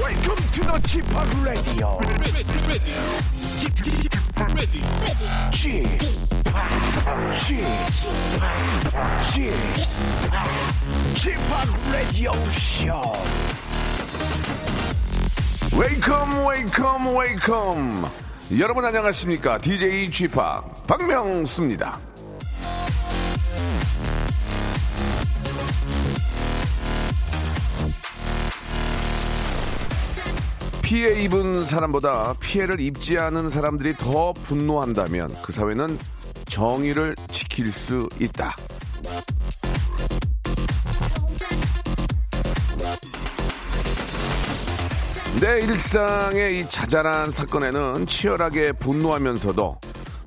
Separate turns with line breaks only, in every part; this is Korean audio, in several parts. Welcome to the Chip Radio.
ready, ready, ready, ready.
Chip, Chip, Chip, Chip Radio Show.
웨이컴 웨이컴 웨이컴 여러분 안녕하십니까 DJ g 파 박명수입니다 피해 입은 사람보다 피해를 입지 않은 사람들이 더 분노한다면 그 사회는 정의를 지킬 수 있다 내 네, 일상의 이 자잘한 사건에는 치열하게 분노하면서도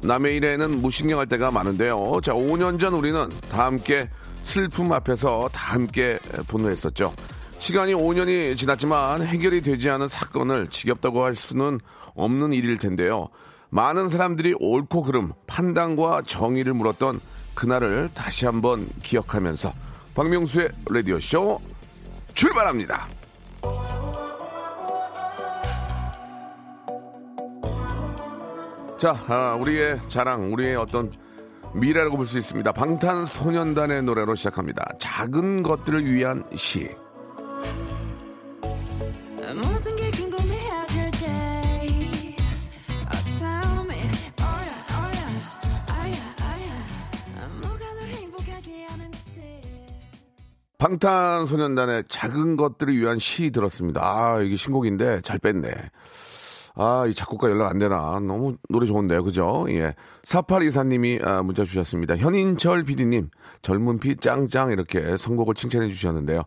남의 일에는 무신경할 때가 많은데요. 자, 5년 전 우리는 다 함께 슬픔 앞에서 다 함께 분노했었죠. 시간이 5년이 지났지만 해결이 되지 않은 사건을 지겹다고 할 수는 없는 일일 텐데요. 많은 사람들이 옳고 그름, 판단과 정의를 물었던 그날을 다시 한번 기억하면서 박명수의 라디오쇼 출발합니다. 자, 아, 우리의 자랑, 우리의 어떤 미래라고 볼 수 있습니다. 방탄소년단의 노래로 시작합니다. 작은 것들을 위한 시.
모든 게 궁금해질 때 Tell me 어야 어야 아야 아야 뭐가 널 행복하게 하는지
방탄소년단의 작은 것들을 위한 시 들었습니다. 아, 이게 신곡인데 잘 뺐네. 아, 이 작곡가 연락 안 되나. 너무 노래 좋은데요. 그죠? 예. 4824님이 아, 문자 주셨습니다. 현인철 PD님, 젊은 피 짱짱 이렇게 선곡을 칭찬해 주셨는데요.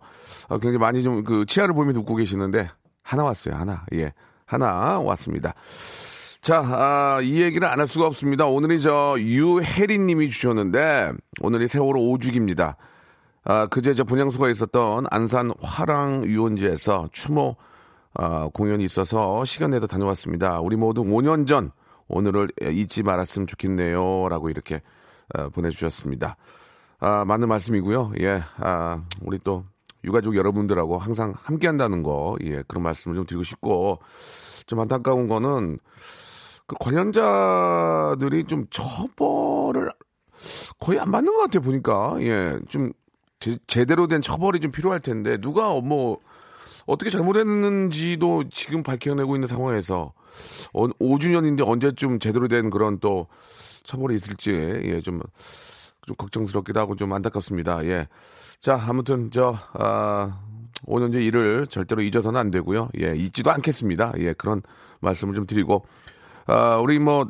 아, 굉장히 많이 좀 그 치아를 보이면서 웃고 계시는데 하나 왔어요. 하나. 예. 하나 왔습니다. 자, 아, 이 얘기를 안 할 수가 없습니다. 오늘이 저 유혜리님이 주셨는데 오늘이 세월호 5주기입니다. 아, 그제 저 분양소가 있었던 안산 화랑 유원지에서 추모 아, 공연이 있어서 시간 내서 다녀왔습니다. 우리 모두 5년 전 오늘을 잊지 말았으면 좋겠네요라고 이렇게 어, 보내주셨습니다. 아, 맞는 말씀이고요. 예, 아, 우리 또 유가족 여러분들하고 항상 함께한다는 거, 예, 그런 말씀을 좀 드리고 싶고 좀 안타까운 거는 그 관련자들이 좀 처벌을 거의 안 받는 것 같아요 보니까 예좀 제대로 된 처벌이 좀 필요할 텐데 누가 뭐 어떻게 잘못했는지도 지금 밝혀내고 있는 상황에서 어, 5주년인데 언제쯤 제대로 된 그런 또 처벌이 있을지 예좀 좀 걱정스럽기도 하고 좀 안타깝습니다. 예. 자, 아무튼 저 아, 5년 전 일을 절대로 잊어서는 안 되고요. 예, 잊지도 않겠습니다. 예, 그런 말씀을 좀 드리고 아, 우리 뭐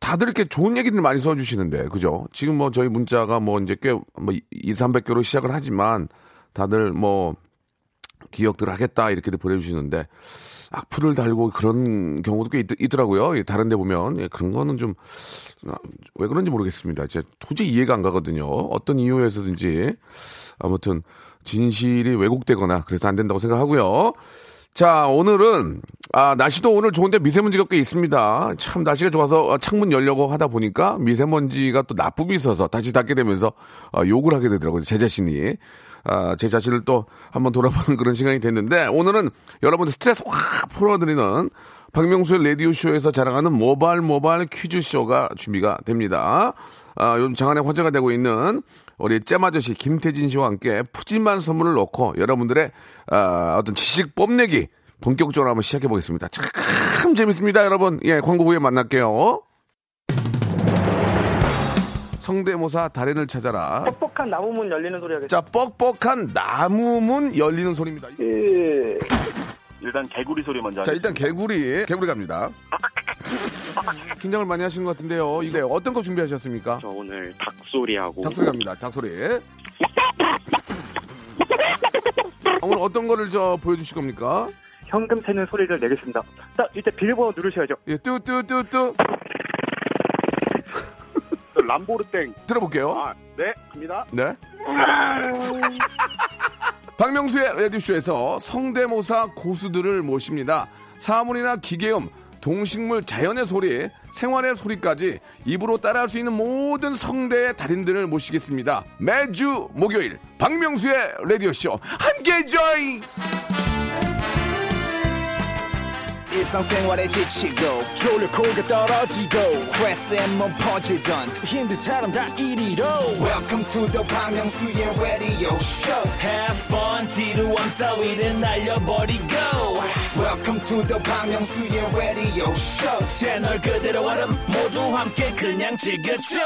다들 이렇게 좋은 얘기들 많이 써주시는데, 그죠? 지금 뭐 저희 문자가 뭐 이제 꽤, 뭐 2, 300개로 시작을 하지만, 다들 뭐, 기억들 하겠다, 이렇게도 보내주시는데, 악플을 달고 그런 경우도 꽤 있, 더라고요 다른 데 보면. 예, 그런 거는 좀, 아, 왜 그런지 모르겠습니다. 제 도저히 이해가 안 가거든요. 어떤 이유에서든지. 아무튼, 진실이 왜곡되거나, 그래서 안 된다고 생각하고요. 자, 오늘은, 아, 날씨도 오늘 좋은데 미세먼지가 꽤 있습니다. 참, 날씨가 좋아서 어, 창문 열려고 하다 보니까 미세먼지가 또 나쁨이 있어서 다시 닫게 되면서 어, 욕을 하게 되더라고요. 제 자신이. 아, 제 자신을 또 한번 돌아보는 그런 시간이 됐는데 오늘은 여러분들 스트레스 확 풀어드리는 박명수의 라디오쇼에서 자랑하는 모발 모발 퀴즈쇼가 준비가 됩니다. 아, 요즘 장안에 화제가 되고 있는 우리 잼아저씨 김태진 씨와 함께 푸짐한 선물을 넣고 여러분들의 아, 어떤 지식 뽐내기 본격적으로 한번 시작해 보겠습니다. 참 재밌습니다, 여러분. 예, 광고 후에 만날게요. 성대모사 달인을 찾아라.
뻑뻑한 나무문 열리는 소리 하겠습니다.
자, 뻑뻑한 나무문 열리는 소리입니다.
일단 개구리 소리 먼저.
자, 일단 개구리, 개구리 갑니다. 긴장을 많이 하신 것 같은데요. 이게 네, 어떤 거 준비하셨습니까?
저 오늘 닭 소리하고
닭소리 갑니다. 닭소리. 아, 오늘 어떤 거를 저 보여주실 겁니까?
현금 새는 소리를 내겠습니다. 자, 이제 비밀번호 누르셔야죠.
예, 뚜뚜뚜뚜
람보르땡.
들어볼게요.
아, 네, 갑니다.
네. 박명수의 레디쇼에서 성대모사 고수들을 모십니다. 사물이나 기계음, 동식물, 자연의 소리, 생활의 소리까지 입으로 따라할 수 있는 모든 성대의 달인들을 모시겠습니다. 매주 목요일 박명수의 레디오쇼 함께 join.
일상생활에 지치고, 졸려 코가 떨어지고, 스트레스에 몸 퍼지던, 힘든 사람 다 이리로. welcome to the Bang Myung-soo's radio show
Have fun 지루함 따위를 날려버리고
welcome to the Bang Myung-soo's radio show
채널 그대로 얼음 모두 함께 그냥 즐겨줘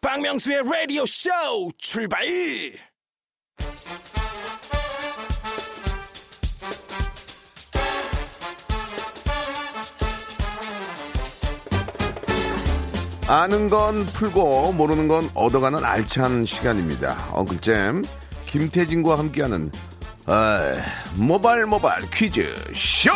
박명수의 라디오 쇼 출발!
아는 건 풀고 모르는 건 얻어가는 알찬 시간입니다. 엉클잼 김태진과 함께하는 아, 모발 모발 퀴즈 쇼.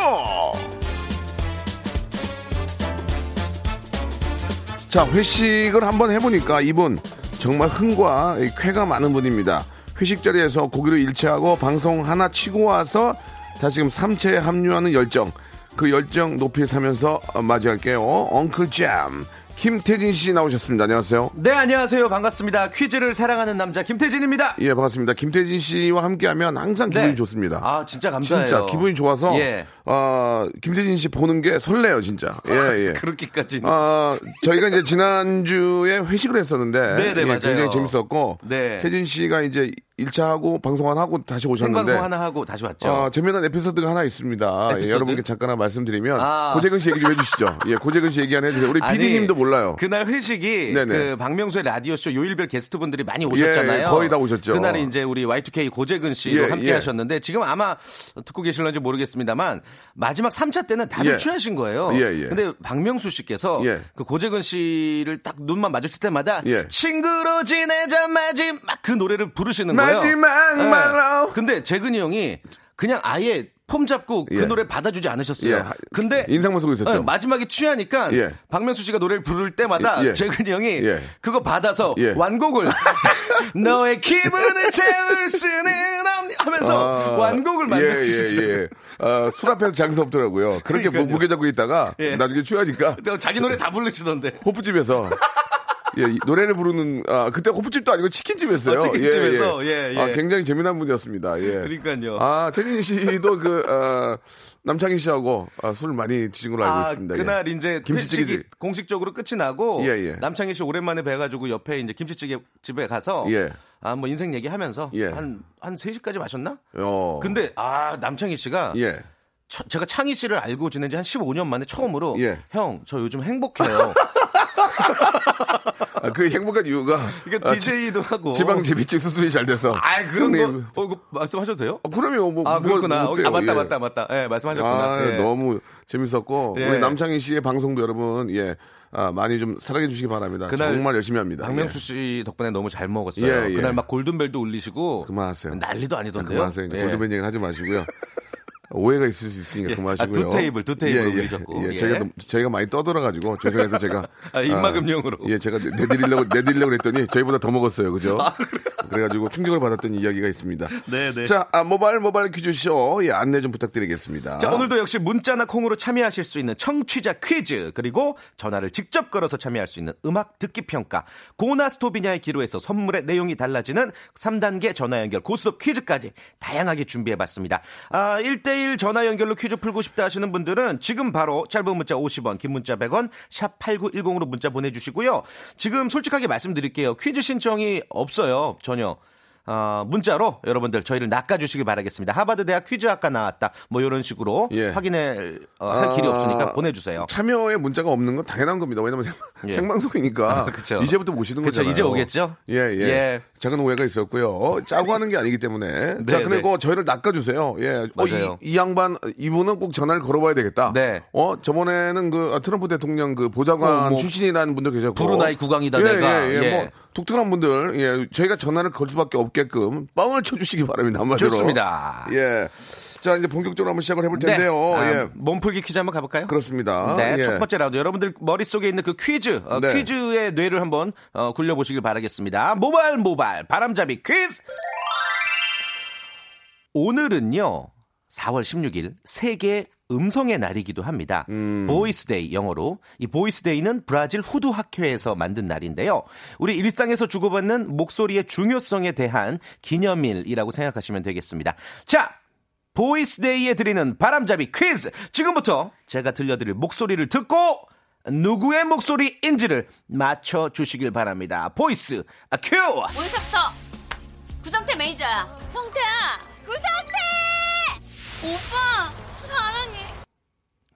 자 회식을 한번 해보니까 이분 정말 흥과 이 쾌가 많은 분입니다. 회식 자리에서 고기를 일체하고 방송 하나 치고 와서 다시금 삼체에 합류하는 열정 그 열정 높이 사면서 어, 맞이할게요. 엉클잼 김태진 씨 나오셨습니다. 안녕하세요.
네, 안녕하세요. 반갑습니다. 퀴즈를 사랑하는 남자 김태진입니다.
예, 반갑습니다. 김태진 씨와 함께하면 항상 기분이
네.
좋습니다.
아, 진짜 감사해요.
진짜 기분이 좋아서
예.
어, 김태진 씨 보는 게 설레요, 진짜. 예, 예.
그렇게까지.
아, 저희가 이제 지난주에 회식을 했었는데
네, 네,
예,
맞아요.
굉장히 재밌었고
네.
태진 씨가 이제 1차 하고 방송 하나 하고 다시 오셨는데
생방송 하나 하고 다시 왔죠.
어, 재미난 에피소드가 하나 있습니다. 예,
에피소드?
여러분께 잠깐 말씀드리면
아.
고재근 씨 얘기 좀 해주시죠. 예, 고재근 씨 얘기 하나 해주세요. 우리
아니,
PD님도 몰라요.
그날 회식이
네네.
그 박명수의 라디오쇼 요일별 게스트분들이 많이 오셨잖아요.
예, 거의 다 오셨죠.
그날에 이제 우리 Y2K 고재근 씨도
예,
함께
예.
하셨는데 지금 아마 듣고 계실런지 모르겠습니다만 마지막 3차 때는 다들
예.
취하신 거예요.
예, 예.
근데 박명수 씨께서
예.
그 고재근 씨를 딱 눈만 마주칠 때마다
예.
친구로 지내자 마지막 그 노래를 부르시는 거예요.
마지막
예.
말로.
근데 재근이 형이 그냥 아예 폼 잡고 그
예.
노래 받아주지 않으셨어요.
예, 하-
근데
인상만 쓰고 있었죠.
예, 마지막에 취하니까
예.
박명수 씨가 노래를 부를 때마다
예, 예.
재근이 형이
예.
그거 받아서
예.
완곡을 너의 기분을 채울 수는 없 하면서
아,
완곡을 만드시죠.
예, 예, 예. 아, 술 앞에서 장사 없더라고요. 그렇게 무-
그러니까요.
무게 잡고 있다가
예.
나중에 취하니까
자기 노래 다 부르시던데.
호프집에서 예, 이 노래를 부르는 아 그때 호프집도 아니고 치킨집이었어요.
어, 치킨집에서, 예, 예.
아, 굉장히 재미난 분이었습니다. 예.
그러니까요.
아 태진 씨도 그 아, 남창희 씨하고 아, 술 많이 드신 걸로 알고 있습니다. 예.
아, 그날 이제
김치찌개
회식이
집.
공식적으로 끝이 나고
예, 예.
남창희 씨 오랜만에 뵈가지고 옆에 이제 김치찌개 집에 가서
예.
아 뭐 인생 얘기하면서
예.
한한 3시까지 마셨나?
어.
근데 아 남창희 씨가
예.
처- 제가 창희 씨를 알고 지낸 지 한 15년 만에 처음으로
예.
형 저 요즘 행복해요.
아, 그 행복한 이유가 아,
그러니까 DJ도 하고
지방 제비집 수술이 잘 돼서.
어. 아 그런
형님.
거 어, 이거 말씀하셔도 돼요?
아, 그럼요. 뭐,
아
뭐가
그렇구나.
어때요?
아 맞다
예.
맞다 맞다. 예 말씀하셨구나.
아,
예.
너무 재밌었고
예.
우리 남창희 씨의 방송도 여러분 예 아, 많이 좀 사랑해 주시기 바랍니다.
그날
정말 열심히 합니다.
박명수
예.
씨 덕분에 너무 잘 먹었어요.
예, 예.
그날 막 골든벨도 울리시고
그만하세요.
난리도 아니던데요.
그만하세요. 이제
예.
골드벤 얘기 하지 마시고요. 오해가 있을 수 있으니까
예.
그만하시고요.
아, 두 테이블, 두 테이블 올리셨고.
예,
예.
저희가, 좀- 저희가 많이 떠들어가지고 죄송해서 제가
아, 입막음용으로.
아, 예, 제가 내- 내드리려고 내드리려고 그랬더니 저희보다 더 먹었어요, 그죠? 그래가지고 충격을 받았던 이야기가 있습니다.
아, 네, 네.
자, 아, 모바일 모바일 퀴즈쇼 예, 안내 좀 부탁드리겠습니다.
자, 오늘도 역시 문자나 콩으로 참여하실 수 있는 청취자 퀴즈, 그리고 전화를 직접 걸어서 참여할 수 있는 음악 듣기 평가, 고나스토비냐의 기로에서 선물의 내용이 달라지는 3단계 전화 연결 고스톱 퀴즈까지 다양하게 준비해 봤습니다. 아, 1대1 전화 연결로 퀴즈 풀고 싶다 하시는 분들은 지금 바로 짧은 문자 50원, 긴 문자 100원, 샵 8910으로 문자 보내주시고요. 지금 솔직하게 말씀드릴게요. 퀴즈 신청이 없어요. 전혀. 어, 문자로 여러분들 저희를 낚아주시기 바라겠습니다. 하버드 대학 퀴즈학과 나왔다. 뭐 이런 식으로
예.
확인해 어, 할
아,
길이 없으니까 보내주세요.
참여의 문자가 없는 건 당연한 겁니다. 왜냐면
어. 예.
생방송이니까
그쵸.
이제부터 모시는
그쵸,
거잖아요.
이제 오겠죠?
예, 예,
예.
작은 오해가 있었고요. 어, 짜고 하는 게 아니기 때문에.
네,
자, 그리고 저희를 낚아주세요. 예. 어,
맞아요.
이, 이 양반, 이분은 꼭 전화를 걸어봐야 되겠다.
네.
어, 저번에는 그 아, 트럼프 대통령 그 보좌관
어, 뭐,
출신이라는 분도 계셨고.
브루나이 국왕이다,
예, 예,
내가.
예.
예.
뭐, 독특한 분들, 예. 저희가 전화를 걸 수밖에 없게끔 뻥을 쳐주시기 바랍니다. 한마디로.
좋습니다.
예. 자, 이제 본격적으로 한번 시작을 해볼 텐데요.
아,
예.
몸풀기 퀴즈 한번 가볼까요?
그렇습니다.
네,
예.
첫 번째 라운드 여러분들 머릿속에 있는 그 퀴즈, 어,
네.
퀴즈의 뇌를 한번 어, 굴려보시길 바라겠습니다. 모발 모발 바람잡이 퀴즈. 오늘은요. 4월 16일 세계 음성의 날이기도 합니다.
음.
보이스데이 영어로 이 보이스데이는 브라질 후두 학회에서 만든 날인데요. 우리 일상에서 주고받는 목소리의 중요성에 대한 기념일이라고 생각하시면 되겠습니다. 자, 보이스데이에 드리는 바람잡이 퀴즈. 지금부터 제가 들려드릴 목소리를 듣고 누구의 목소리인지를 맞춰주시길 바랍니다. 보이스 아, 큐!
월석터 구성태 매니저야 성태야 구성태 오빠 사랑해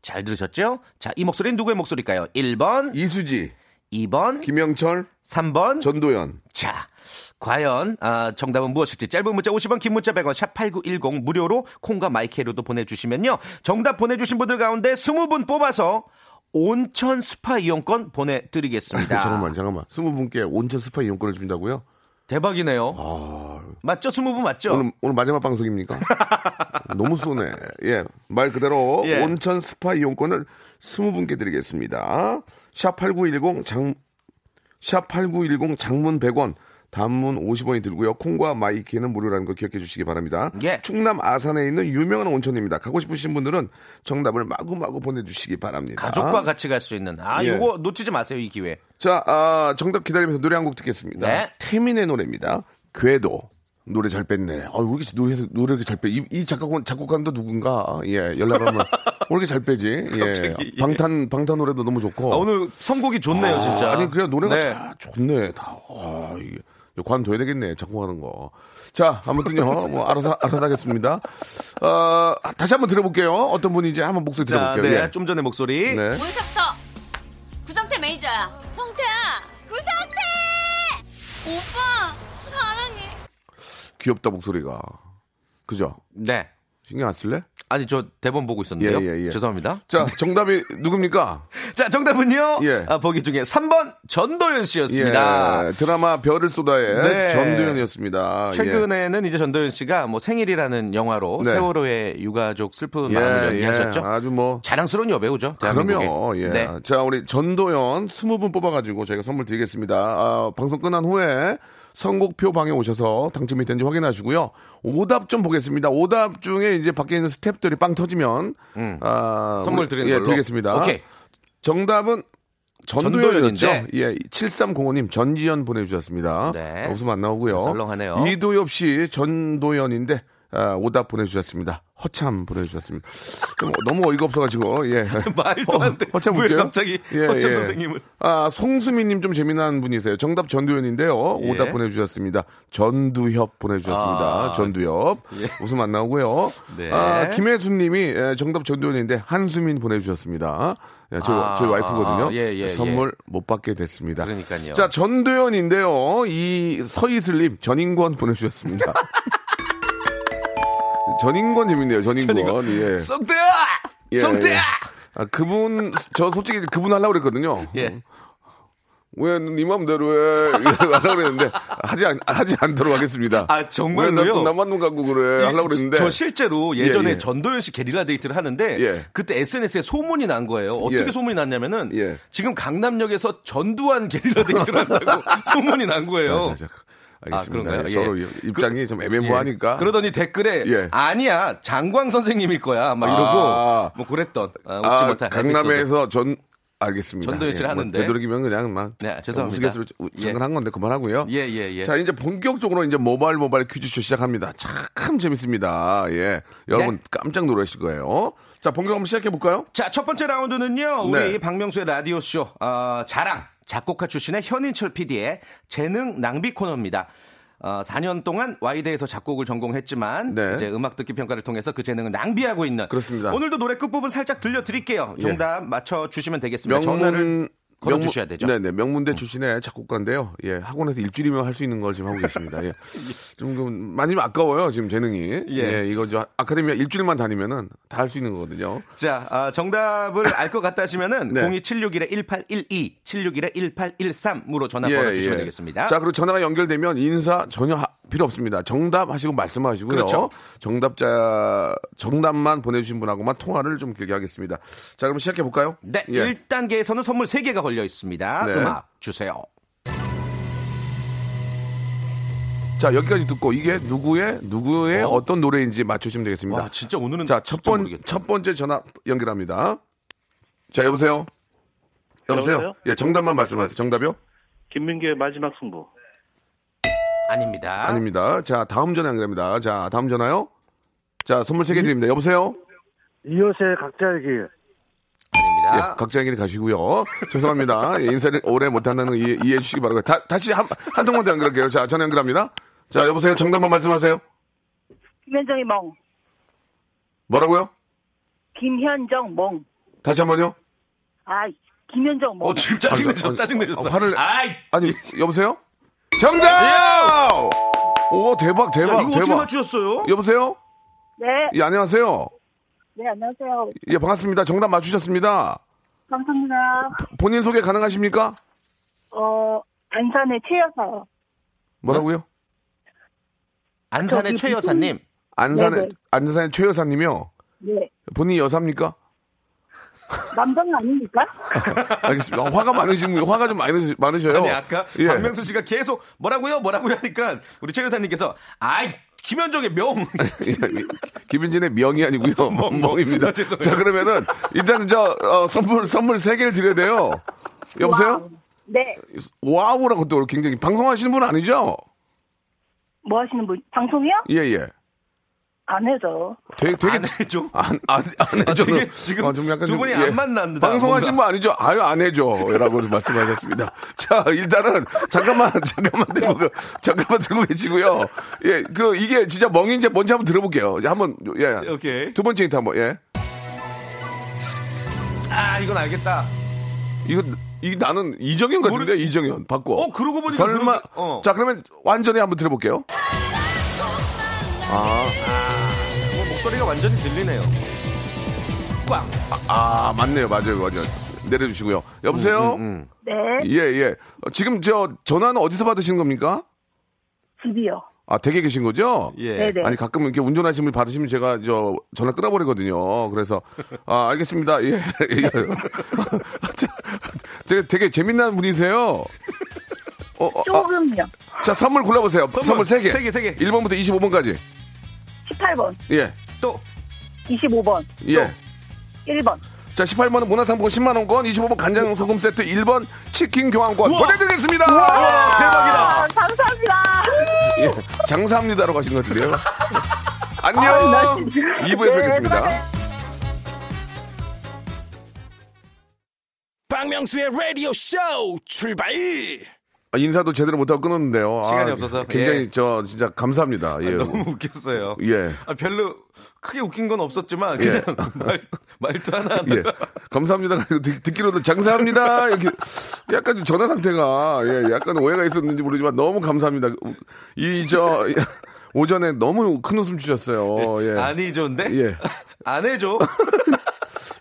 잘 들으셨죠? 자, 이 목소리는 누구의 목소리일까요? 1번,
이수지,
2번,
김영철,
3번,
전도연.
자, 과연 아, 정답은 무엇일지 짧은 문자 50원, 긴 문자 100원, 샵 8910 무료로 콩과 마이케로도 보내주시면요. 정답 보내주신 분들 가운데 20분 뽑아서 온천 스파 이용권 보내드리겠습니다.
아, 잠깐만, 잠깐만. 스무 분께 온천 스파 이용권을 준다고요?
대박이네요. 맞죠? 20분 맞죠?
아. 오늘 뭐, 오늘 마지막 방송입니까? 너무 쏘네. 예, 말 그대로
예.
온천 스파 이용권을 스무 분께 드리겠습니다. 샵8910 장, 샵8910 장문 100원, 단문 50원이 들고요. 콩과 마이키는 무료라는 거 기억해 주시기 바랍니다.
예.
충남 아산에 있는 유명한 온천입니다. 가고 싶으신 분들은 정답을 마구마구 보내주시기 바랍니다.
가족과 같이 갈 수 있는 아
예.
이거 놓치지 마세요 이 기회.
자, 아, 정답 기다리면서 노래 한 곡 듣겠습니다.
네.
태민의 노래입니다. 궤도. 노래 잘 뺐네. 아, 왜 이렇게 노래, 노래 이렇게 잘 빼? 이, 이 작곡한, 작곡한도 누군가? 예, 연락 한번. 왜 이렇게 잘 빼지? 예.
갑자기, 예.
방탄, 방탄 노래도 너무 좋고.
아, 오늘 선곡이 좋네요 진짜.
어. 아니, 그냥 노래가
네.
참 좋네, 다. 아, 이게. 관둬야 되겠네, 작곡하는 거. 자, 아무튼요, 뭐, 알아서, 알아서 하겠습니다. 어, 다시 한번 들어볼게요. 어떤 분인지 한번 목소리
자,
들어볼게요.
네,
예.
좀 전에 목소리.
네.
월석터 구성태 매니저야 성태야 구성태 오빠 사랑해
귀엽다, 목소리가. 그죠?
네.
신경 안 쓸래?
아니 저 대본 보고 있었는데요.
예, 예, 예.
죄송합니다.
자, 정답이 누굽니까?
자, 정답은요.
예.
아, 보기 중에 3번 전도연 씨였습니다.
예, 드라마 별을 쏟아의
네.
전도연이었습니다.
최근에는 이제 전도연 씨가 뭐 생일이라는 영화로
네.
세월호의 유가족 슬픈
예. 예,
마음을
예.
연기하셨죠.
아주 뭐
자랑스러운 여배우죠. 대한민국의.
그럼요. 예.
네.
자, 우리 전도연 20분 뽑아가지고 저희가 선물 드리겠습니다. 아, 방송 끝난 후에 선곡표 방에 오셔서 당첨이 된지 확인하시고요. 오답 좀 보겠습니다. 오답 중에 이제 밖에 있는 스탭들이 빵 터지면 아,
음. 선물
우리-
드리는
예,
걸로.
드리겠습니다.
오케이.
정답은 전도연이었죠.
전도연인데.
예, 7305님 전지현 보내주셨습니다.
네.
아, 웃음 안 나오고요.
썰렁하네요.
이도엽 씨 전도연인데 아, 오답 보내주셨습니다. 허참 보내주셨습니다. 좀 너무 어이가 없어가지고 예.
말도 안 돼.
허, 허참
왜
어, 볼게요. 예,
갑자기 허참 선생님을.
아 송수미님 좀 재미난 분이세요. 정답 전두현인데요. 오답
예.
보내주셨습니다. 전두협 보내주셨습니다.
아. 예.
전두협 웃음 안 나오고요.
네.
아 김혜수님이 예, 정답 전두현인데 한수민 보내주셨습니다. 예, 저희,
아,
저희 와이프거든요.
아, 예, 예,
선물 못 받게 됐습니다.
그러니까요.
자 전두현인데요. 이 서이슬님 전인권 보내주셨습니다. 전인권 재밌네요. 전인권. 예.
성태야!
예,
성태야!
예. 아, 그분, 저 솔직히 그분 하려고 그랬거든요.
예.
왜, 네 맘대로 해. 이러고 하려고 그랬는데, 하지, 않, 하지 않도록 하겠습니다.
아, 정말로요?
왜나 남만 눈 감고 그래. 예, 하려고 그랬는데.
저 실제로 예전에
예, 예.
전도연 씨 게릴라 데이트를 하는데
예.
그때 SNS에 소문이 난 거예요. 어떻게
예.
소문이 났냐면은
예.
지금 강남역에서 전두환 게릴라 데이트를 한다고 소문이 난 거예요.
자, 자, 자. 알겠습니다.
그런가요?
예,
예.
서로 입장이 좀 애매모호하니까.
예. 그러더니 댓글에
예.
아니야 장광 선생님일 거야 막 이러고
아.
뭐 그랬던 아, 웃지
아,
못할 에피소드.
강남에서 전, 알겠습니다.
전도연 씨를
뭐
하는데.
되도록이면 그냥 막.
네, 죄송합니다.
우스갯소리 우- 잠깐 한 건데 그만하고요.
예, 예, 예.
자, 이제 본격적으로 이제 모바일 모바일 퀴즈쇼 시작합니다. 참 재밌습니다. 예. 여러분
네.
깜짝 놀라실 거예요. 자, 본격 한번 시작해 볼까요?
자, 첫 번째 라운드는요. 우리
네.
박명수의 라디오쇼 어, 자랑 작곡가 출신의 현인철 PD의 재능 낭비 코너입니다. 어, 4년 동안 와이대에서 작곡을 전공했지만
네.
이제 음악 듣기 평가를 통해서 그 재능을 낭비하고 있는
그렇습니다. 예.
오늘도 노래 끝부분 살짝 들려드릴게요. 정답 맞춰 주시면 되겠습니다. 네, 전화를
명문
걸어 주셔야 되죠. 음.
네, 네. 명문대 출신의 작곡가인데요. 예. 학원에서 일주일이면 할 수 있는 걸 지금 하고 계십니다. 예. 좀, 좀 많이 아까워요. 지금 재능이.
예.
예. 이거 저 아카데미 일주일만 다니면은 다 할 수 있는 거거든요.
자, 아, 정답을 알 것 같다 하시면은
네.
02761-1812, 761-1813으로 전화 걸어 주시면 되겠습니다.
예, 자, 그리고 전화가 연결되면 인사 전혀 하- 필요 없습니다. 정답 하시고 말씀하시고요.
그렇죠.
정답자 정답만 보내 주신 분하고만 통화를 좀 길게 하겠습니다. 자, 그럼 시작해 볼까요?
네,
예.
1단계에서는 선물 3개가 걸려 있습니다.
네.
음악 주세요.
자, 여기까지 듣고 이게 누구의 누구의
어?
어? 떤 노래인지 맞추시면 되겠습니다.
와, 진짜 오늘은
자, 첫
진짜
번
모르겠다.
첫 번째 전화 연결합니다. 자, 여보세요. 여보세요.
여보세요?
예, 정답만 말씀하세요. 정답이요?
김민규의 마지막 승부.
아닙니다.
아. 아닙니다. 자, 다음 전화 연결합니다. 자, 다음 전화요? 자, 선물 세 개 드립니다. 여보세요?
이웃의 각자에게
예,
아닙니다.
각자 얘기를 가시고요. 죄송합니다. 예, 인사를 오래 못한다는 거 이해, 이해해 주시기 바라고요. 다, 다시 한, 한 통만 더 연결할게요. 자, 전화 연결합니다. 자, 여보세요? 정답만 말씀하세요.
김현정이 멍.
뭐라고요?
김현정 멍.
다시 한 번요?
아, 김현정 멍.
지금 짜증내셨어, 짜증내셨어.
어, 화를-
아이!
아니, 여보세요? 정답! 오, 대박,
야,
대박,
이거 어떻게
대박.
맞추셨어요?
여보세요?
네,
예, 안녕하세요.
네, 안녕하세요.
예, 반갑습니다. 정답 맞추셨습니다.
감사합니다.
본인 소개 가능하십니까?
어, 안산에 최여사요. 네.
뭐라고요?
안산의
저기
최 여사님.
안산의,
네네.
안산의 최 여사님이요.
네.
본인 이 여사입니까?
남자는 아닙니까?
알겠습니다. 아, 화가 많으신 분, 화가 좀 많으, 많으셔요.
아니 아까
예.
박명수 씨가 계속 뭐라고요 뭐라고요 하니까 우리 최 여사님께서 아이 김현정의 명
예, 김윤진의 명이 아니고요.
멍,
멍입니다.
멍. 죄송해요.
자, 그러면은 일단 저 어, 선물 선물 세 개를 드려야 돼요. 여보세요?
와우. 네.
와우라고 또 굉장히 방송하시는 분 아니죠?
뭐 하시는 분? 방송이요?
예, 예.
안 해줘.
되게 되게
안 해줘?
안, 안, 안 어, 해줘.
아, 되게 지금 두 분이 안 만났는데,
예. 방송하신 분
뭔가.
아니죠? 아유, 안 해줘라고 말씀하셨습니다. 자, 일단은 잠깐만, 잠깐만 들고, 그- 잠깐만 들고 계시고요. 예, 그 이게 진짜 멍인지 뭔지 한번 들어볼게요. 예, 한번 예,
오케이.
두 번째 힌트 한번 예.
아 이건 알겠다
이거 이 나는 이정현 같은데
모르-
이정현 바꿔.
어, 그러고 보니까
설마.
그러게- 어.
자 그러면 완전히 한번 들어볼게요.
뭐 목소리가 완전히 들리네요 꽝
아 맞네요, 맞아요, 맞아요. 내려주시고요.
음,
여보세요.
네.
예 예. 어, 지금 저 전화는 어디서 받으시는 겁니까?
집이요.
아 댁에 계신 거죠?
예.
네네.
아니 가끔 이렇게 운전하시는 분 받으시면 제가 저 전화 끊어버리거든요. 그래서 아 알겠습니다. 예. 예. 자, 되게 되게 재밌는 분이세요. 어, 어, 아,
조금요.
자 선물 골라보세요. 선물,
선물
세 개.
세 개, 세 개.
1번부터 25번까지.
18번,
예.
또
25번,
예.
1번.
자, 18번은 문화상품권 10만원권, 25번 간장 소금 세트, 1번 치킨 교환권
우와.
보내드리겠습니다!
아, 대박이다
아, 감사합니다.
예, 장사합니다로 가신 것 같은데요. 안녕!
나 진짜.
2부에서
네,
뵙겠습니다.
박명수의 라디오 쇼 출발
아, 인사도 제대로 못하고 끊었는데요. 아,
시간이 없어서.
굉장히
예. 아,
저, 진짜 감사합니다. 예.
너무 웃겼어요
예.
아, 별로 크게 웃긴 건 없었지만
예.
그냥 말, 말투 하나 하나
예. 감사합니다. 듣- 듣기로도 장사합니다. 이렇게 약간 좀 전화 상태가 예, 약간 오해가 있었는지 모르지만 너무 감사합니다. 이 저 오전에 너무 큰 웃음 주셨어요. 예.
아니 좋은데
예.
안 해줘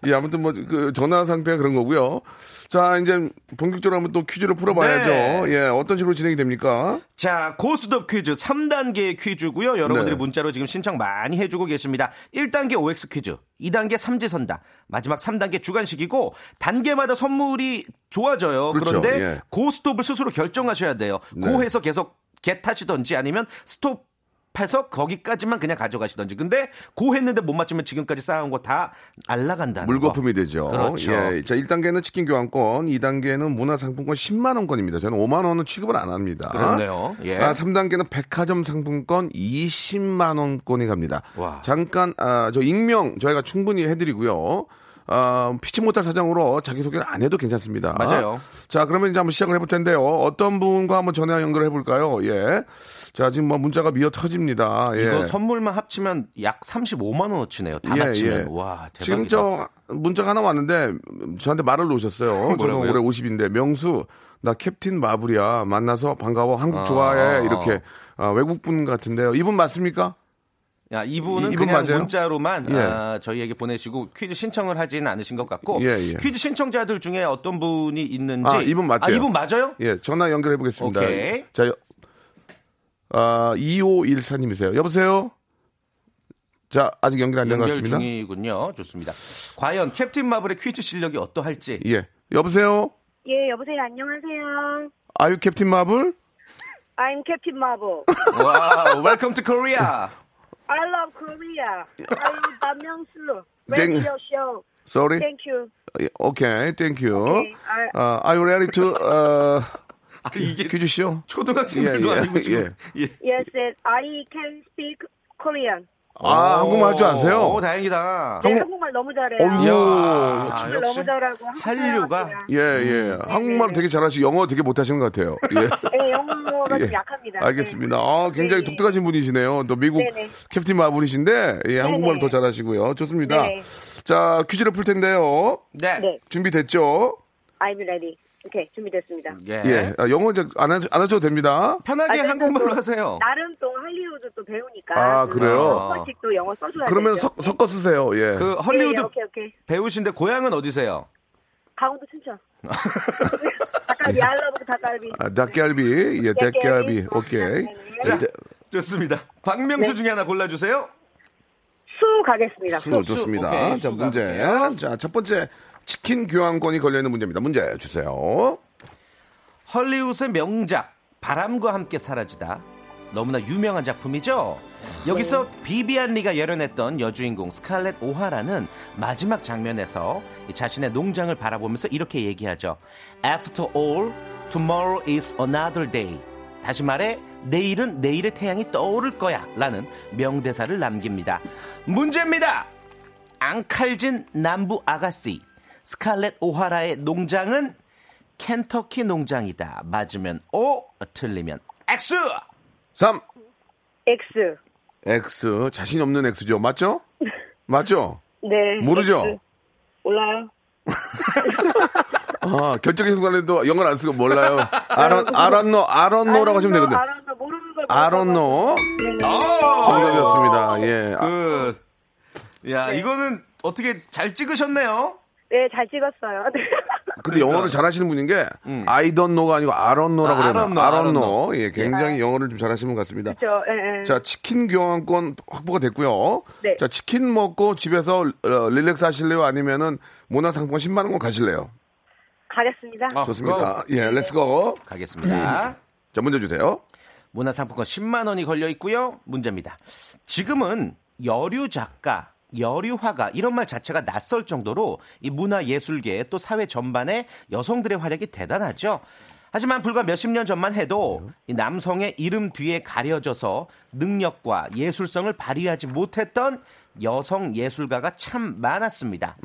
예, 아무튼 뭐 그 전화 상태가 그런 거고요. 자, 이제 본격적으로 한번 또 퀴즈를 풀어봐야죠.
네.
예, 어떤 식으로 진행이 됩니까?
자, 고스톱 퀴즈 3단계 퀴즈고요. 여러분들이
네.
문자로 지금 신청 많이 해주고 계십니다. 1단계 OX 퀴즈, 2단계 삼지선다, 마지막 3단계 주간식이고 단계마다 선물이 좋아져요. 그
그렇죠.
런데
예. 네.
고스톱을 스스로 결정하셔야 돼요. 고해서 계속 겟하시던지 아니면 스톱 해서 거기까지만 그냥 가져가시던지 근데 고했는데 못 맞추면 지금까지 쌓아온 거 다 날라간다는
물거품이
거.
되죠.
아, 그렇죠.
예, 자, 1단계는 치킨 교환권, 2단계는 문화상품권 10만원권입니다. 저는 5만원은 취급을 안 합니다.
그렇네요. 예.
아, 3단계는 백화점 상품권 20만원권이 갑니다.
와.
잠깐, 아, 저 익명 저희가 충분히 해드리고요. 아, 피치 못할 사정으로 자기소개를 안 해도 괜찮습니다.
맞아요.
자, 그러면 이제 한번 시작을 해볼 텐데요. 어떤 분과 한번 전화 연결해 볼까요? 예. 자, 지금 뭐 문자가 미어 터집니다. 예.
이거 선물만 합치면 약 35만 원어치네요. 다 맞추면 와 대박이다.
예. 지금 저 문자가 하나 왔는데 저한테 말을 놓으셨어요. 저는
뭐라고요?
올해 50인데 명수 나 캡틴 마블이야 만나서 반가워 한국
아.
좋아해 이렇게 아, 외국분 같은데요. 이분 맞습니까?
야, 아, 이분은
이- 이분
그냥
맞아요?
문자로만
예.
아, 저희에게 보내시고 퀴즈 신청을 하진 않으신 것 같고
예, 예.
퀴즈 신청자들 중에 어떤 분이 있는지
아, 이분 맞대요.
아, 이분 맞아요?
예, 전화 연결해 보겠습니다.
오케이.
자, 여- 아, 2514님이세요. 여보세요. 자, 아직 연결 안 된 것
연결
같습니다.
중이군요. 좋습니다. 과연 캡틴 마블의 퀴즈 실력이 어떠할지
예, 여보세요.
예, 여보세요. 안녕하세요.
아유 캡틴 마블.
I'm Captain Marvel.
와, 웰컴 투 코리아.
I love Korea. I love 박명수.
Thank-
Radio show.
Sorry.
Thank you.
예, 오케이, thank you.
오케이, 알-
아, are you ready to uh,
아, 이게
퀴즈 쇼?
초등학생들도
예, 예,
아니고 지금 예.
Yes, yes. I can speak Korean.
아, 한국말 할 줄 아세요?
오, 다행이다.
네, 한국말 너무 잘해요.
어? 어이구.
야,
한국말
역시
너무 잘하고 항상
한류가
그냥-
예,
음.
예. 한국말 되게 잘하시고 영어 되게 못하시는 것 같아요. 예.
네, 영어가
예.
좀 약합니다.
알겠습니다. 아, 굉장히
네.
독특하신 분이시네요. 또 미국
네네.
캡틴 마블이신데, 예, 한국말
네네.
더 잘하시고요. 좋습니다.
네.
자, 퀴즈를 풀 텐데요.
네.
네,
준비됐죠?
I'm ready. 오케이 준비됐습니다.
예.
예. 아, 영어 이제 안, 하, 안 하셔도 됩니다.
편하게
아,
한국말로
또
하세요.
나름 또 할리우드 또 배우니까.
아, 그래요?
한 번씩 또 영어 써줘야
그러면
되죠.
섞, 섞어 쓰세요. 예.
그
네,
헐리우드
오케이 오케이.
배우신데 고향은 어디세요?
강원도 춘천. 닭갈비 알라보고 닭갈비.
예. 아, 닭갈비. 예, 닭갈비.
닭갈비.
오케이.
자,
네.
좋습니다.
네.
박명수 중에 하나 골라주세요.
수 가겠습니다.
수 좋습니다.
오케이,
자,
수가
문제. 자, 첫 번째 치킨 교환권이 걸려 있는 문제입니다. 문제 주세요.
헐리우드의 명작 바람과 함께 사라지다 너무나 유명한 작품이죠. 여기서 비비안 리가 열연했던 여주인공 스칼렛 오하라는 마지막 장면에서 이 자신의 농장을 바라보면서 이렇게 얘기하죠. After all, tomorrow is another day. 다시 말해 내일은 내일의 태양이 떠오를 거야라는 명대사를 남깁니다. 문제입니다. 앙칼진 남부 아가씨 스칼렛 오하라의 농장은 켄터키 농장이다. 맞으면 O, 틀리면 X.
3.
X.
X. 자신 없는 X죠. 맞죠? 맞죠?
네.
모르죠?
X. 몰라요.
아, 결정의 순간에도 영어를 안 쓰고 몰라요. 아란, 아란노, 아란노라고 하시면 되거든요.
아론노 모르는 걸.
아란노. 정답이었습니다. 예. 아,
그, 야 이거는 어떻게 잘 찍으셨네요.
네, 잘 찍었어요.
근데
그러니까.
영어를 잘하시는 분인 게, I don't know가 아니고 아란노라고
아,
그러나.
아론노,
아란노.
아론노.
예, 굉장히 영어를 좀 잘하시는 것 같습니다.
네. 그렇죠. 예, 예.
자, 치킨 교환권 확보가 됐고요.
네.
자, 치킨 먹고 집에서 어, 릴렉스 하실래요? 아니면은 문화상품권 10만 원권 가실래요?
가겠습니다. 네.
좋습니다. 예, 렛츠고.
아, 가겠습니다.
자, 문제 주세요.
문화상품권 10만 원이 걸려 있고요. 문제입니다. 지금은 여류 작가, 여류 화가 이런 말 자체가 낯설 정도로 이 문화 예술계 또 사회 전반에 여성들의 활약이 대단하죠. 하지만 불과 몇십 년 전만 해도 이 남성의 이름 뒤에 가려져서 능력과 예술성을 발휘하지 못했던 여성 예술가가 참 많았습니다.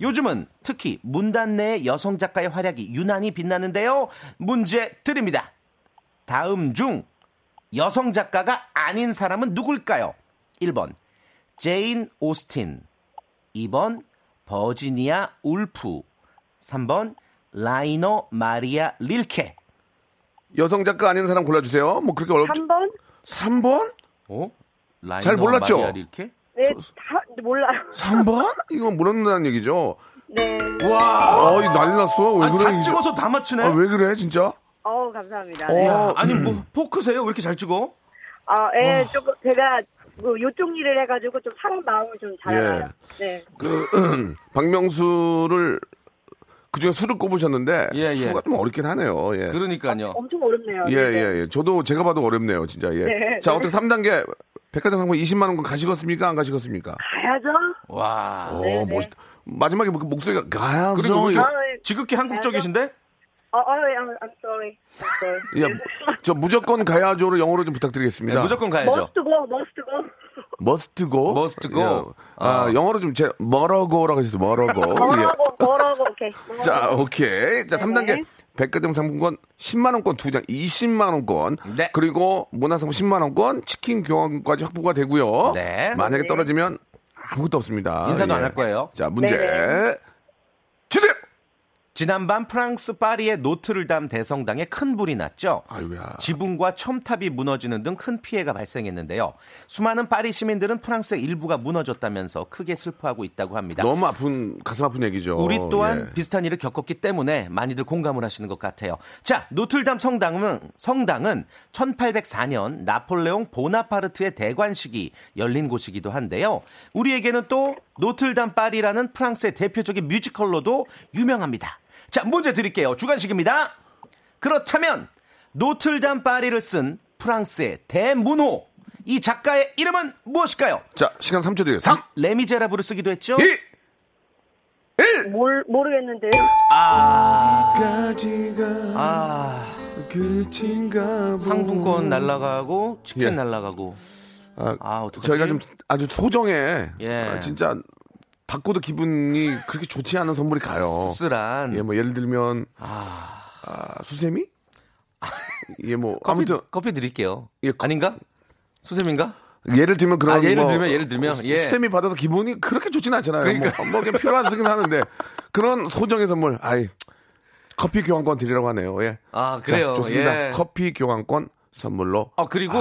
요즘은 특히 문단 내의 여성 작가의 활약이 유난히 빛나는데요. 문제 드립니다. 다음 중 여성 작가가 아닌 사람은 누굴까요? 1번 제인 오스틴 2번 버지니아 울프 3번 라이너 마리아 릴케
여성 작가 아닌 사람 골라주세요. 뭐 그렇게 어렵죠.
3번?
3번?
어? 라이너
잘 몰랐죠?
마리아 릴케?
네, 다 몰라요.
3번? 이건 모른다는 얘기죠.
네.
와!
아, 이 난리 났어. 왜
아니,
그래?
다
이제?
찍어서 다 맞추네.
아, 왜 그래, 진짜?
어우, 감사합니다. 네.
어.
야, 아니 뭐 포크세요? 왜 이렇게 잘 찍어?
아, 예, 조금 제가 그 요쪽 일을 해가지고 좀 사람 마음을 좀잘 알아요.
예.
네.
그, 박명수를 그 중에 수를 꼽으셨는데,
예, 예.
수가 좀 어렵긴 하네요. 예.
그러니까요.
엄청 어렵네요.
예,
네.
예, 예. 저도 제가 봐도 어렵네요, 진짜. 예.
네.
자, 어떻게 3단계 백화점 상품 20만 원권 가시겠습니까? 안 가시겠습니까?
가야죠.
와.
어,
네, 네.
멋있다. 마지막에 그 목소리가 가야죠.
그리고 왜 이렇게
아, 예.
지극히 한국적이신데?
어, 어, 예, I'm, I'm sorry. I'm sorry.
예, 저 무조건 가야죠로 영어로 좀 부탁드리겠습니다.
네, 무조건 가야죠.
Must go, must go.
예. must go.
Must go.
예. 아, 영어로 좀 제 멀어고라고 하셨어요. 멀어고. 예.
뭐라고, 뭐라고, 오케이. 뭐라고.
자, 오케이. 자,
네.
3단계. 백화점 상품권 10만원권 두장 20만원권.
네.
그리고 문화상품 10만원권, 치킨 교환까지 확보가 되고요.
네.
만약에 떨어지면 아무것도 없습니다.
인사도 안할 거예요.
자, 문제.
네네.
주세요!
지난밤 프랑스 파리의 노트를 담 대성당에 큰 불이 났죠.
아이고야.
지붕과 첨탑이 무너지는 등 큰 피해가 발생했는데요. 수많은 파리 시민들은 프랑스의 일부가 무너졌다면서 크게 슬퍼하고 있다고 합니다.
너무 아픈, 가슴 아픈 얘기죠.
우리 또한
예.
비슷한 일을 겪었기 때문에 많이들 공감을 하시는 것 같아요. 자, 노틀담 성당은 성당은 1804년 나폴레옹 보나파르트의 대관식이 열린 곳이기도 한데요. 우리에게는 또 노틀담 파리라는 프랑스의 대표적인 뮤지컬로도 유명합니다. 자, 문제 드릴게요. 주간식입니다. 그렇다면 노틀담 파리를 쓴 프랑스의 대문호 이 작가의 이름은 무엇일까요?
자, 시간 3초 드려요. 3,
레미제라블을 쓰기도 했죠.
2, 1!
뭘, 모르겠는데요.
아, 상품권 날라가고 치킨
예.
날라가고
아,
아, 어떡하지?
저희가 좀 아주 소정에
예.
아, 진짜 받고도 기분이 그렇게 좋지 않은 선물이 가요.
씁쓸한.
예, 뭐 예를 들면 아, 수세미? 예, 뭐
커피,
아무튼
커피 드릴게요.
예,
아닌가? 수세민가?
예를 들면 그런
아, 예를
뭐
들면, 예를 들면,
수-
예.
수세미 받아서 기분이 그렇게 좋진 않잖아요.
그러니까.
뭐, 뭐 그냥 필요한 쓰긴 하는데 그런 소정의 선물, 아이 커피 교환권 드리라고 하네요. 예.
아,
자,
그래요.
좋습니다.
예.
커피 교환권 선물로
아, 그리고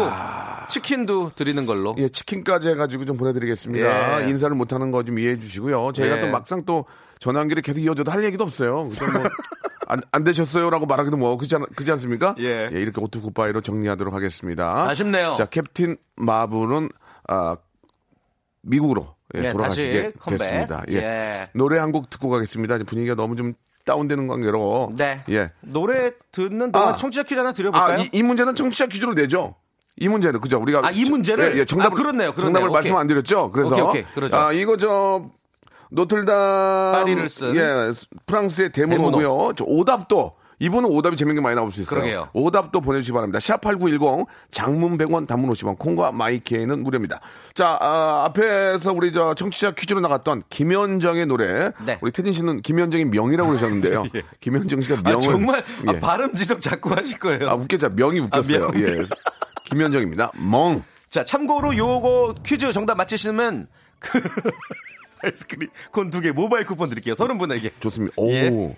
치킨도 드리는 걸로.
예, 치킨까지 해가지고 좀 보내드리겠습니다.
예.
인사를 못하는 거 좀 이해해 주시고요. 저희가
예.
또 막상 또 전화 연결이 계속 이어져도 할 얘기도 없어요. 그래서 뭐 안, 안 되셨어요라고 말하기도 뭐 그렇지, 않, 습니까
예.
이렇게 오투굿바이로 정리하도록 하겠습니다.
아쉽네요.
자, 캡틴 마블은 아, 미국으로 예,
예,
돌아가시게
다시 컴백.
됐습니다. 예.
예.
노래 한 곡 듣고 가겠습니다. 이제 분위기가 너무 좀 다운되는 관계로
네.
예.
노래 듣는 동안
아.
청취자 퀴즈 하나
아,
드려볼까요?
이, 이 문제는 청취자 퀴즈로 내죠. 이 문제는 그죠? 우리가
아, 이 문제를?
예, 예, 정답을
아, 그렇네요, 그렇네요.
정답을
오케이.
말씀 안 드렸죠. 그래서
오케이, 오케이, 그러죠.
아 이거 저 노틀담
파리를 쓴.
예 프랑스의
데모노.
데모노고요. 저 오답도 이분은 오답이 재밌는 게 많이 나올 수 있어요.
그러게요.
오답도 보내주시기 바랍니다. 샵8910 장문 100원 단문 50원 콩과 마이케이는 무료입니다. 자 아, 앞에서 우리 저 청취자 퀴즈로 나갔던 김현정의 노래
네. 예.
우리 태진 씨는 김현정이 명이라고 그러셨는데요. 김현정 씨가 명을
아, 정말 아,
예.
발음 지적 자꾸 하실 거예요.
아 웃겼자 명이 웃겼어요.
명이.
예. 김현정입니다. 멍.
자, 참고로 요거 퀴즈 정답 맞히시면 그 아이스크림 콘 두 개 모바일 쿠폰 드릴게요. 서른 분에게.
좋습니다. 오.
예.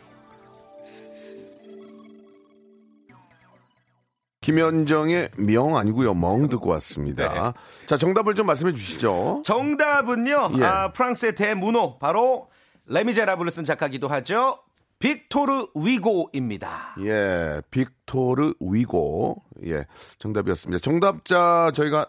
김현정의 명 아니고요. 멍 듣고 왔습니다.
네.
자, 정답을 좀 말씀해 주시죠.
정답은요.
예.
아, 프랑스의 대문호 바로 레미제라블을 쓴 작가기도 하죠. 빅토르 위고입니다.
예, 빅토르 위고. 예, 정답이었습니다. 정답자 저희가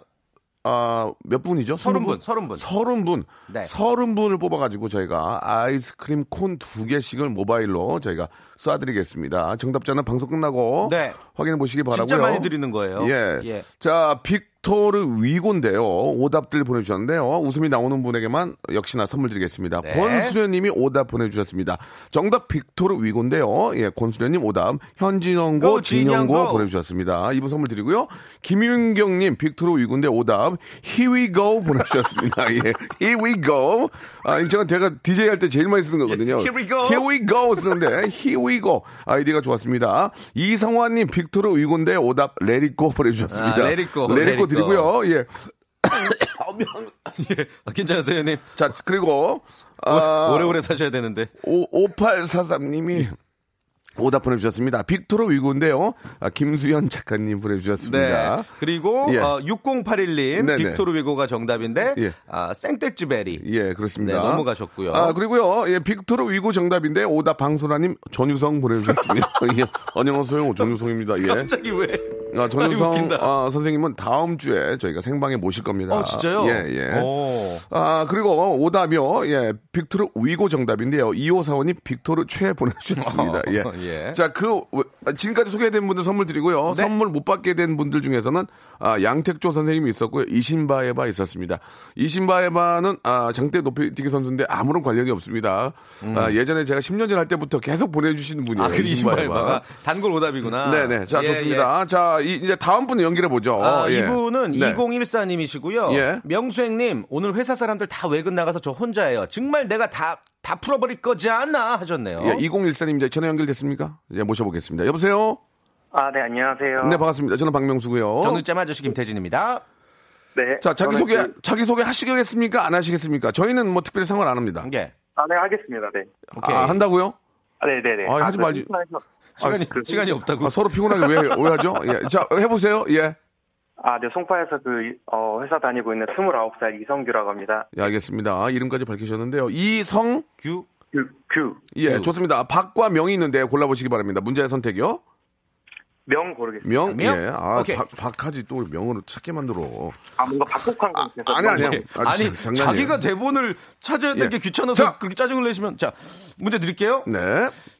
아, 몇 분이죠?
서른 분,
서른
서른 분.
서른 분.
네.
서른 분을 뽑아가지고 저희가 아이스크림 콘 두 개씩을 모바일로 저희가 쏴드리겠습니다. 정답자는 방송 끝나고
네.
확인해 보시기 바라고요.
진짜 많이 드리는 거예요.
예. 자, 빅토르 위고인데요. 오답들 보내주셨는데요. 웃음이 나오는 분에게만 역시나 선물 드리겠습니다.
네.
권수련님이 오답 보내주셨습니다. 정답 빅토르 위고인데요. 예, 권수련님 오답. 현진영고,
고, 진영고.
진영고 보내주셨습니다. 이분 선물 드리고요. 김윤경님 빅토르 위고인데 오답. Here we go 보내주셨습니다. 예, here we go. 아, 이거 제가 제가 DJ 할 때 제일 많이 쓰는 거거든요.
Here we go.
Here we go 쓰는데 here we go 아이디가 좋았습니다. 이성환님 빅토르 위고인데 오답 레리고 보내주셨습니다.
아, let it go, let
레리고
it go.
드리고요. 예.
예. 아, 괜찮으세요, 형님?
자 그리고 아,
오래오래 사셔야 되는데.
오,
예.
5843님이 오답 보내주셨습니다. 빅토르 위고인데요. 아, 김수현 작가님 보내주셨습니다.
네. 그리고
예.
어, 6081님
네네.
빅토르 위고가 정답인데
예.
아, 생떼쥐베리.
예, 그렇습니다.
네, 넘어가셨고요.
아, 그리고요, 예, 빅토르 위고 정답인데, 오답 방소라님, 전유성 보내주셨습니다. 예, 안녕하세요, 전유성입니다. 예.
갑자기 왜?
아,
아이,
전유성
웃긴다.
아, 선생님은 다음 주에 저희가 생방에 모실 겁니다.
어, 진짜요?
예, 예.
오.
아, 그리고 오답이요. 예, 빅토르 위고 정답인데요. 2545님 빅토르 최 보내주셨습니다. 예.
예. 네.
자, 그, 어, 지금까지 소개된 분들 선물 드리고요. 선물 못 받게 된 분들 중에서는, 아, 양택조 선생님이 있었고요. 이신바에바 있었습니다. 이신바에바는, 아, 장대 높이뛰기 선수인데 아무런 관련이 없습니다. 아, 예전에 제가 10년 전 할 때부터 계속 보내주시는 예, 분이에요.
음. 아, 그 이신발바가 단골 오답이구나.
네네. 자,
예, 예.
좋습니다. 자, 이, 이제 다음 분 연결해 보죠.
아, 이분은
네.
2014님이시고요.
예.
명수행님, 오늘 회사 사람들 다 외근 나가서 저 혼자예요. 정말 내가 다, 다 풀어버릴 거지 않나 하셨네요.
예, 2014님 이제 전화 연결됐습니까? 예, 모셔보겠습니다. 여보세요?
아, 네, 안녕하세요.
네, 반갑습니다. 저는 박명수고요.
저는 짬 아저씨 김태진입니다.
네.
자, 자기소개,
저는 그-
자기소개 하시겠습니까? 안 하시겠습니까? 저희는 뭐 특별히 상관 안 합니다.
예.
아, 네, 하겠습니다. 네.
오케이.
아, 한다고요?
아, 네, 네, 네.
아, 하지
그
말지.
심심해서-
시간이,
그-
시간이 없다고.
아, 서로 피곤하게 왜, 왜 하죠? 예. 자, 해보세요. 예.
아, 네, 송파에서 그, 어, 회사 다니고 있는 29살 이성규라고 합니다.
예, 알겠습니다. 이름까지 밝히셨는데요. 이성?
규?
규, 규.
예,
규.
좋습니다. 박과 명이 있는데 골라보시기 바랍니다. 문제의 선택이요.
명 고르겠습니다.
명?
명?
예. 아,
오케이.
박, 박하지 또 명으로 찾게 만들어.
아, 뭔가 박복한 것 같아서.
아니, 아니요. 아,
예. 아니,
진짜 장난이에요.
자기가 대본을 찾아야 될
예.
게 귀찮아서
자.
그렇게 짜증을 내시면. 자, 문제 드릴게요.
네.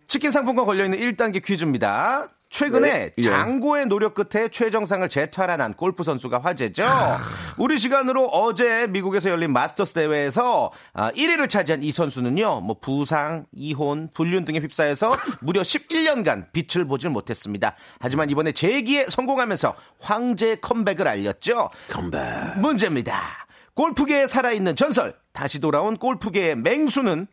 치킨 상품권 걸려있는 1단계 퀴즈입니다. 최근에
네. 예.
장고의 노력 끝에 최정상을 재탈한 한 골프 선수가 화제죠.
아.
우리 시간으로 어제 미국에서 열린 마스터스 대회에서 아, 1위를 차지한 이 선수는요, 뭐 부상, 이혼, 불륜 등에 휩싸여서 무려 11년간 빛을 보질 못했습니다. 하지만 이번에 재기에 성공하면서 황제의 컴백을 알렸죠. 컴백. 문제입니다. 골프계에 살아있는 전설, 다시 돌아온 골프계의 맹수는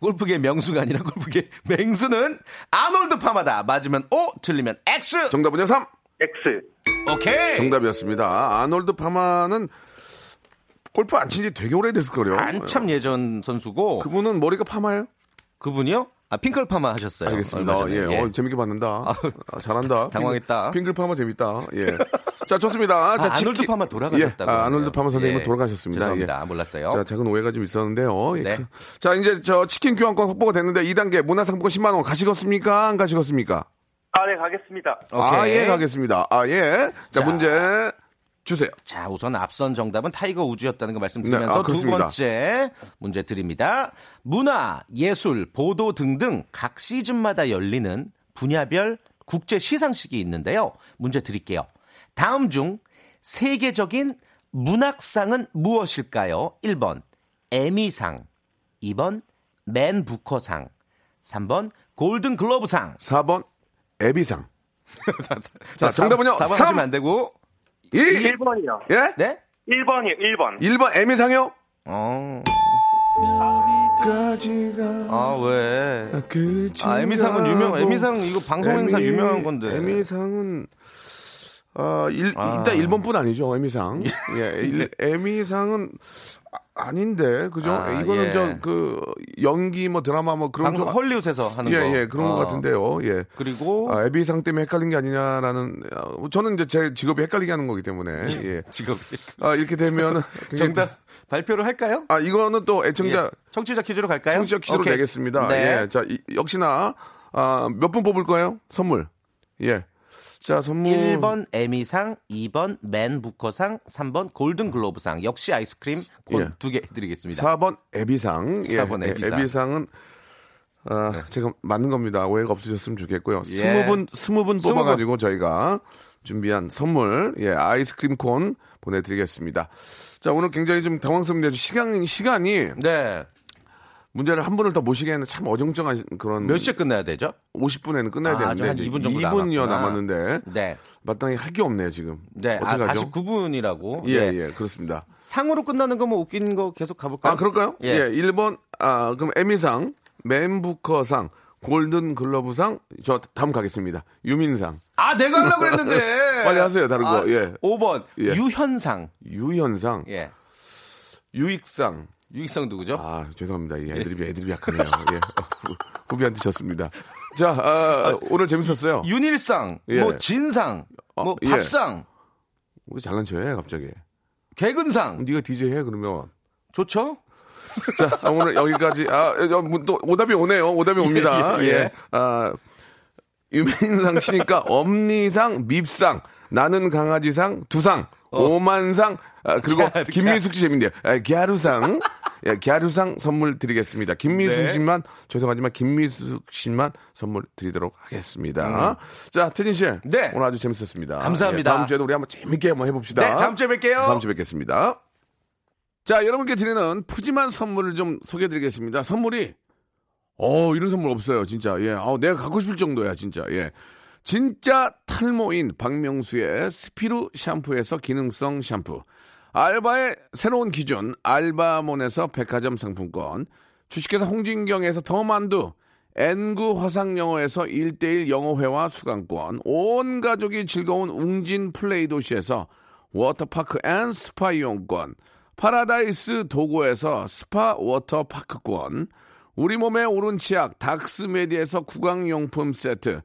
골프계 명수가 아니라 골프계 맹수는 아놀드 파마다. 맞으면 O, 틀리면 X.
정답은요, 3.
X.
오케이.
정답이었습니다. 아놀드 파마는 골프 안 친 지 되게 오래됐을 거요.
한참 예전 선수고
그분은 머리가 파마예요?
그분이요? 아 핑클 파마 하셨어요.
알겠습니다.
얼마 전에.
예,
예.
어, 재밌게 봤는다. 아, 잘한다.
당황했다.
핑글 파마 재밌다. 예. 자, 좋습니다. 자,
아, 아놀드
집기-
파마 돌아가셨다고.
예, 아, 아놀드 파마 선생님은
예.
돌아가셨습니다.
죄송합니다.
예.
몰랐어요.
자, 작은 오해가 좀 있었는데요. 예.
네.
자, 이제 저 치킨 교환권 확보가 됐는데 2단계 문화상품권 10만 원 가시겠습니까? 안 가시겠습니까?
아, 네, 가겠습니다.
아,
오케이.
예, 가겠습니다. 아, 예. 자,
자.
문제 주세요.
자, 우선 앞선 정답은 타이거 우즈였다는 거 말씀드리면서
네, 아,
두
그렇습니다.
번째 문제 드립니다. 문화, 예술, 보도 등등 각 시즌마다 열리는 분야별 국제 시상식이 있는데요. 문제 드릴게요. 다음 중 세계적인 문학상은 무엇일까요? 1번 에미상, 2번 맨 부커상, 3번 골든 글로브상.
4번 애비상.
자,
정답은요?
4번
삼.
하시면 안 되고.
1.
1번이요.
예?
네?
1번이요, 1번.
1번 애미상이요?
어.
까지가
아, 왜?
그치.
아, 에미상은 유명, 에미상 이거 방송 행사
뭐 에미-
유명한 건데.
에미상은 아, 일,
아.
일단 일본뿐 아니죠. 에미상. 예. 일- 에미상은 아, 닌데 그죠?
아,
이거는
예.
저 그 연기 뭐 드라마 뭐 그런
방송
거-
헐리우드에서 하는
예,
거.
예, 그런
어.
것 같은데요. 예.
그리고
아, 애비상 때문에 헷갈린 게 아니냐라는 아, 저는 이제 제 직업이 헷갈리게 하는 거기 때문에 예.
지금
아, 이렇게 되면
정답 발표를 할까요?
아, 이거는 또 애청자
예. 청취자 퀴즈로 갈까요?
청취자 퀴즈로
오케이.
내겠습니다.
네.
예. 자, 이- 역시나 아, 몇 분 뽑을 거예요? 선물. 예. 자, 선물
1번 에미상, 2번 맨 부커상, 3번 골든 글로브상. 역시 아이스크림
예.
곤두개 드리겠습니다.
4번 애비상. 예,
4번
예,
애비상. 네.
애비상은 아, 제가 맞는 겁니다. 오해가 없으셨으면 좋겠고요.
예.
스무 분 스무 분
20 분.
뽑아 가지고 저희가 준비한 선물 예, 아이스크림 콘 보내 드리겠습니다. 자, 오늘 굉장히 좀 당황스럽네요. 시간 시간이
네.
문제를 한 분을 더 모시기에는 참 어정쩡한 그런
몇 시에 끝내야 되죠?
50분에는 끝나야
아,
되는데
한 2분 정도
여
남았구나.
남았는데
네.
마땅히 할 게 없네요, 지금.
네. 아,
어떡하죠?
49분이라고. 네.
예, 예, 그렇습니다.
상으로 끝나는 거 뭐 웃긴 거 계속 가볼까요?
아, 그럴까요?
예.
예. 일 1번, 아, 그럼 에미상, 맨부커상, 골든 글러브상, 저 다음 가겠습니다. 유민상,
아, 내가 하려고 했는데.
빨리 하세요, 다른 거. 예.
5번.
예.
유현상.
유현상,
예.
유익상.
유익상 누구죠?
아, 죄송합니다. 예, 애드립이, 애드립이 약하네요. 예. 후- 후배한테 졌습니다. 자, 아, 오늘 재밌었어요.
윤일상,
예.
뭐 진상,
어,
뭐
예.
밥상,
우리 잘난 척해, 갑자기.
개근상.
네가 DJ 해, 그러면.
좋죠?
자, 아, 오늘 여기까지. 아, 여, 문- 또 오답이 오네요. 오답이 옵니다.
예,
예.
예, 예.
아, 유민상 치니까 엄니상, 밉상, 나는 강아지상, 두상,
어.
오만상, 아, 그리고 김민숙 씨 재밌네요. 아, 갸루상. 예, 갸루상 선물 드리겠습니다. 김민숙
네.
씨만, 죄송하지만 김민숙 씨만 선물 드리도록 하겠습니다. 자, 태진 씨.
음. 네.
오늘 아주 재밌었습니다.
감사합니다.
예, 다음 주에도 우리 한번 재밌게 한번 해봅시다.
네, 다음 주에 뵐게요.
다음 주에 뵙겠습니다. 자, 여러분께 드리는 푸짐한 선물을 좀 소개해 드리겠습니다. 선물이, 어, 이런 선물 없어요, 진짜. 예, 아우, 내가 갖고 싶을 정도야, 진짜. 예. 진짜 탈모인 박명수의 스피루 샴푸에서 기능성 샴푸. 알바의 새로운 기준, 알바몬에서 백화점 상품권. 주식회사 홍진경에서 더 만두. N구 화상영어에서 1대1 영어회화 수강권. 온 가족이 즐거운 웅진 플레이 도시에서 워터파크 앤 스파 이용권, 파라다이스 도고에서 스파 워터파크권, 우리 몸의 오른 치약 닥스메디에서 구강용품 세트,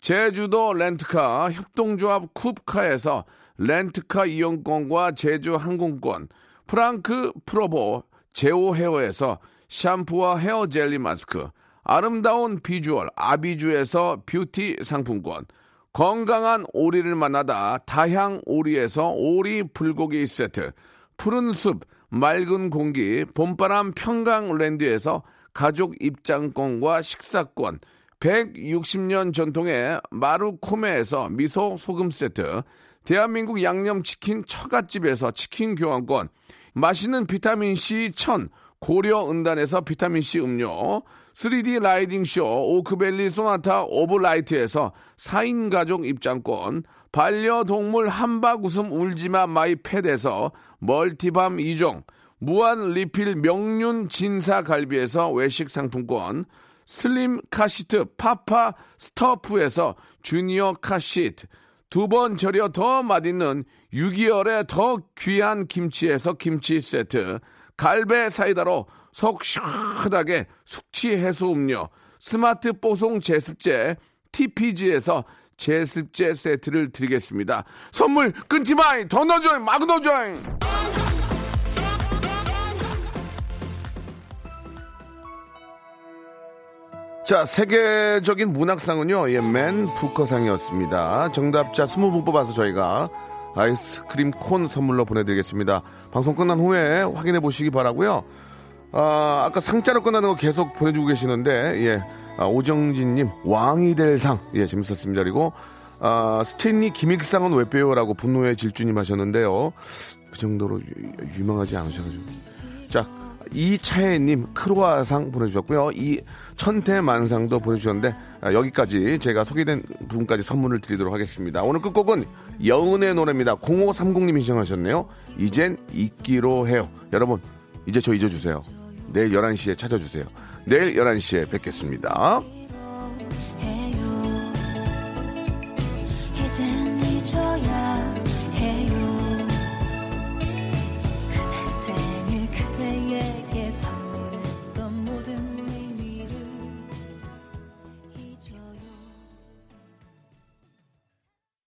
제주도 렌트카 협동조합 쿱카에서 렌트카 이용권과 제주 항공권, 프랑크 프로보 제오 헤어에서 샴푸와 헤어 젤리 마스크, 아름다운 비주얼 아비주에서 뷰티 상품권, 건강한 오리를 만나다 다향 오리에서 오리 불고기 세트 푸른 숲 맑은 공기 봄바람 평강랜드에서 가족 입장권과 식사권 160년 전통의 마루코메에서 미소 소금 세트, 대한민국 양념치킨 처갓집에서 치킨 교환권, 맛있는 비타민C 천 고려은단에서 비타민C 음료, 3D 라이딩쇼 오크밸리 소나타 오브라이트에서 4인 가족 입장권, 반려동물 한박 웃음 울지마 마이 팻에서 멀티밤 2종, 무한 리필 명륜 진사 갈비에서 외식 상품권, 슬림 카시트 파파 스터프에서 주니어 카시트, 두 번 절여 더 맛있는 6개월의 더 귀한 김치에서 김치 세트, 갈배 사이다로 속 시원하게 숙취 해소 음료, 스마트 뽀송 제습제 TPG에서 제습제 세트를 드리겠습니다. 선물 끊지 마이 더 넣어줘잉 마구 넣어줘잉 자, 세계적인 문학상은요, 예, 맨 부커상이었습니다. 정답자 20분 뽑아서 저희가 아이스크림 콘 선물로 보내드리겠습니다. 방송 끝난 후에 확인해 보시기 바라고요 아, 아까 상자로 끝나는 거 계속 보내주고 계시는데, 예, 아, 오정진님, 왕이 될 상. 예, 재밌었습니다. 그리고, 아, 스탠리 김익상은 왜 빼요라고 분노의 질주님 하셨는데요. 그 정도로 유, 유명하지 않으셔가지고. 자, 이차혜님 크로아상 보내주셨고요. 이 천태만상도 보내주셨는데 아, 여기까지 제가 소개된 부분까지 선물을 드리도록 하겠습니다. 오늘 끝곡은 여은의 노래입니다. 0530님이 신청하셨네요. 이젠 잊기로 해요. 여러분 이제 저 잊어주세요. 내일 11시에 찾아주세요. 내일 11시에 뵙겠습니다.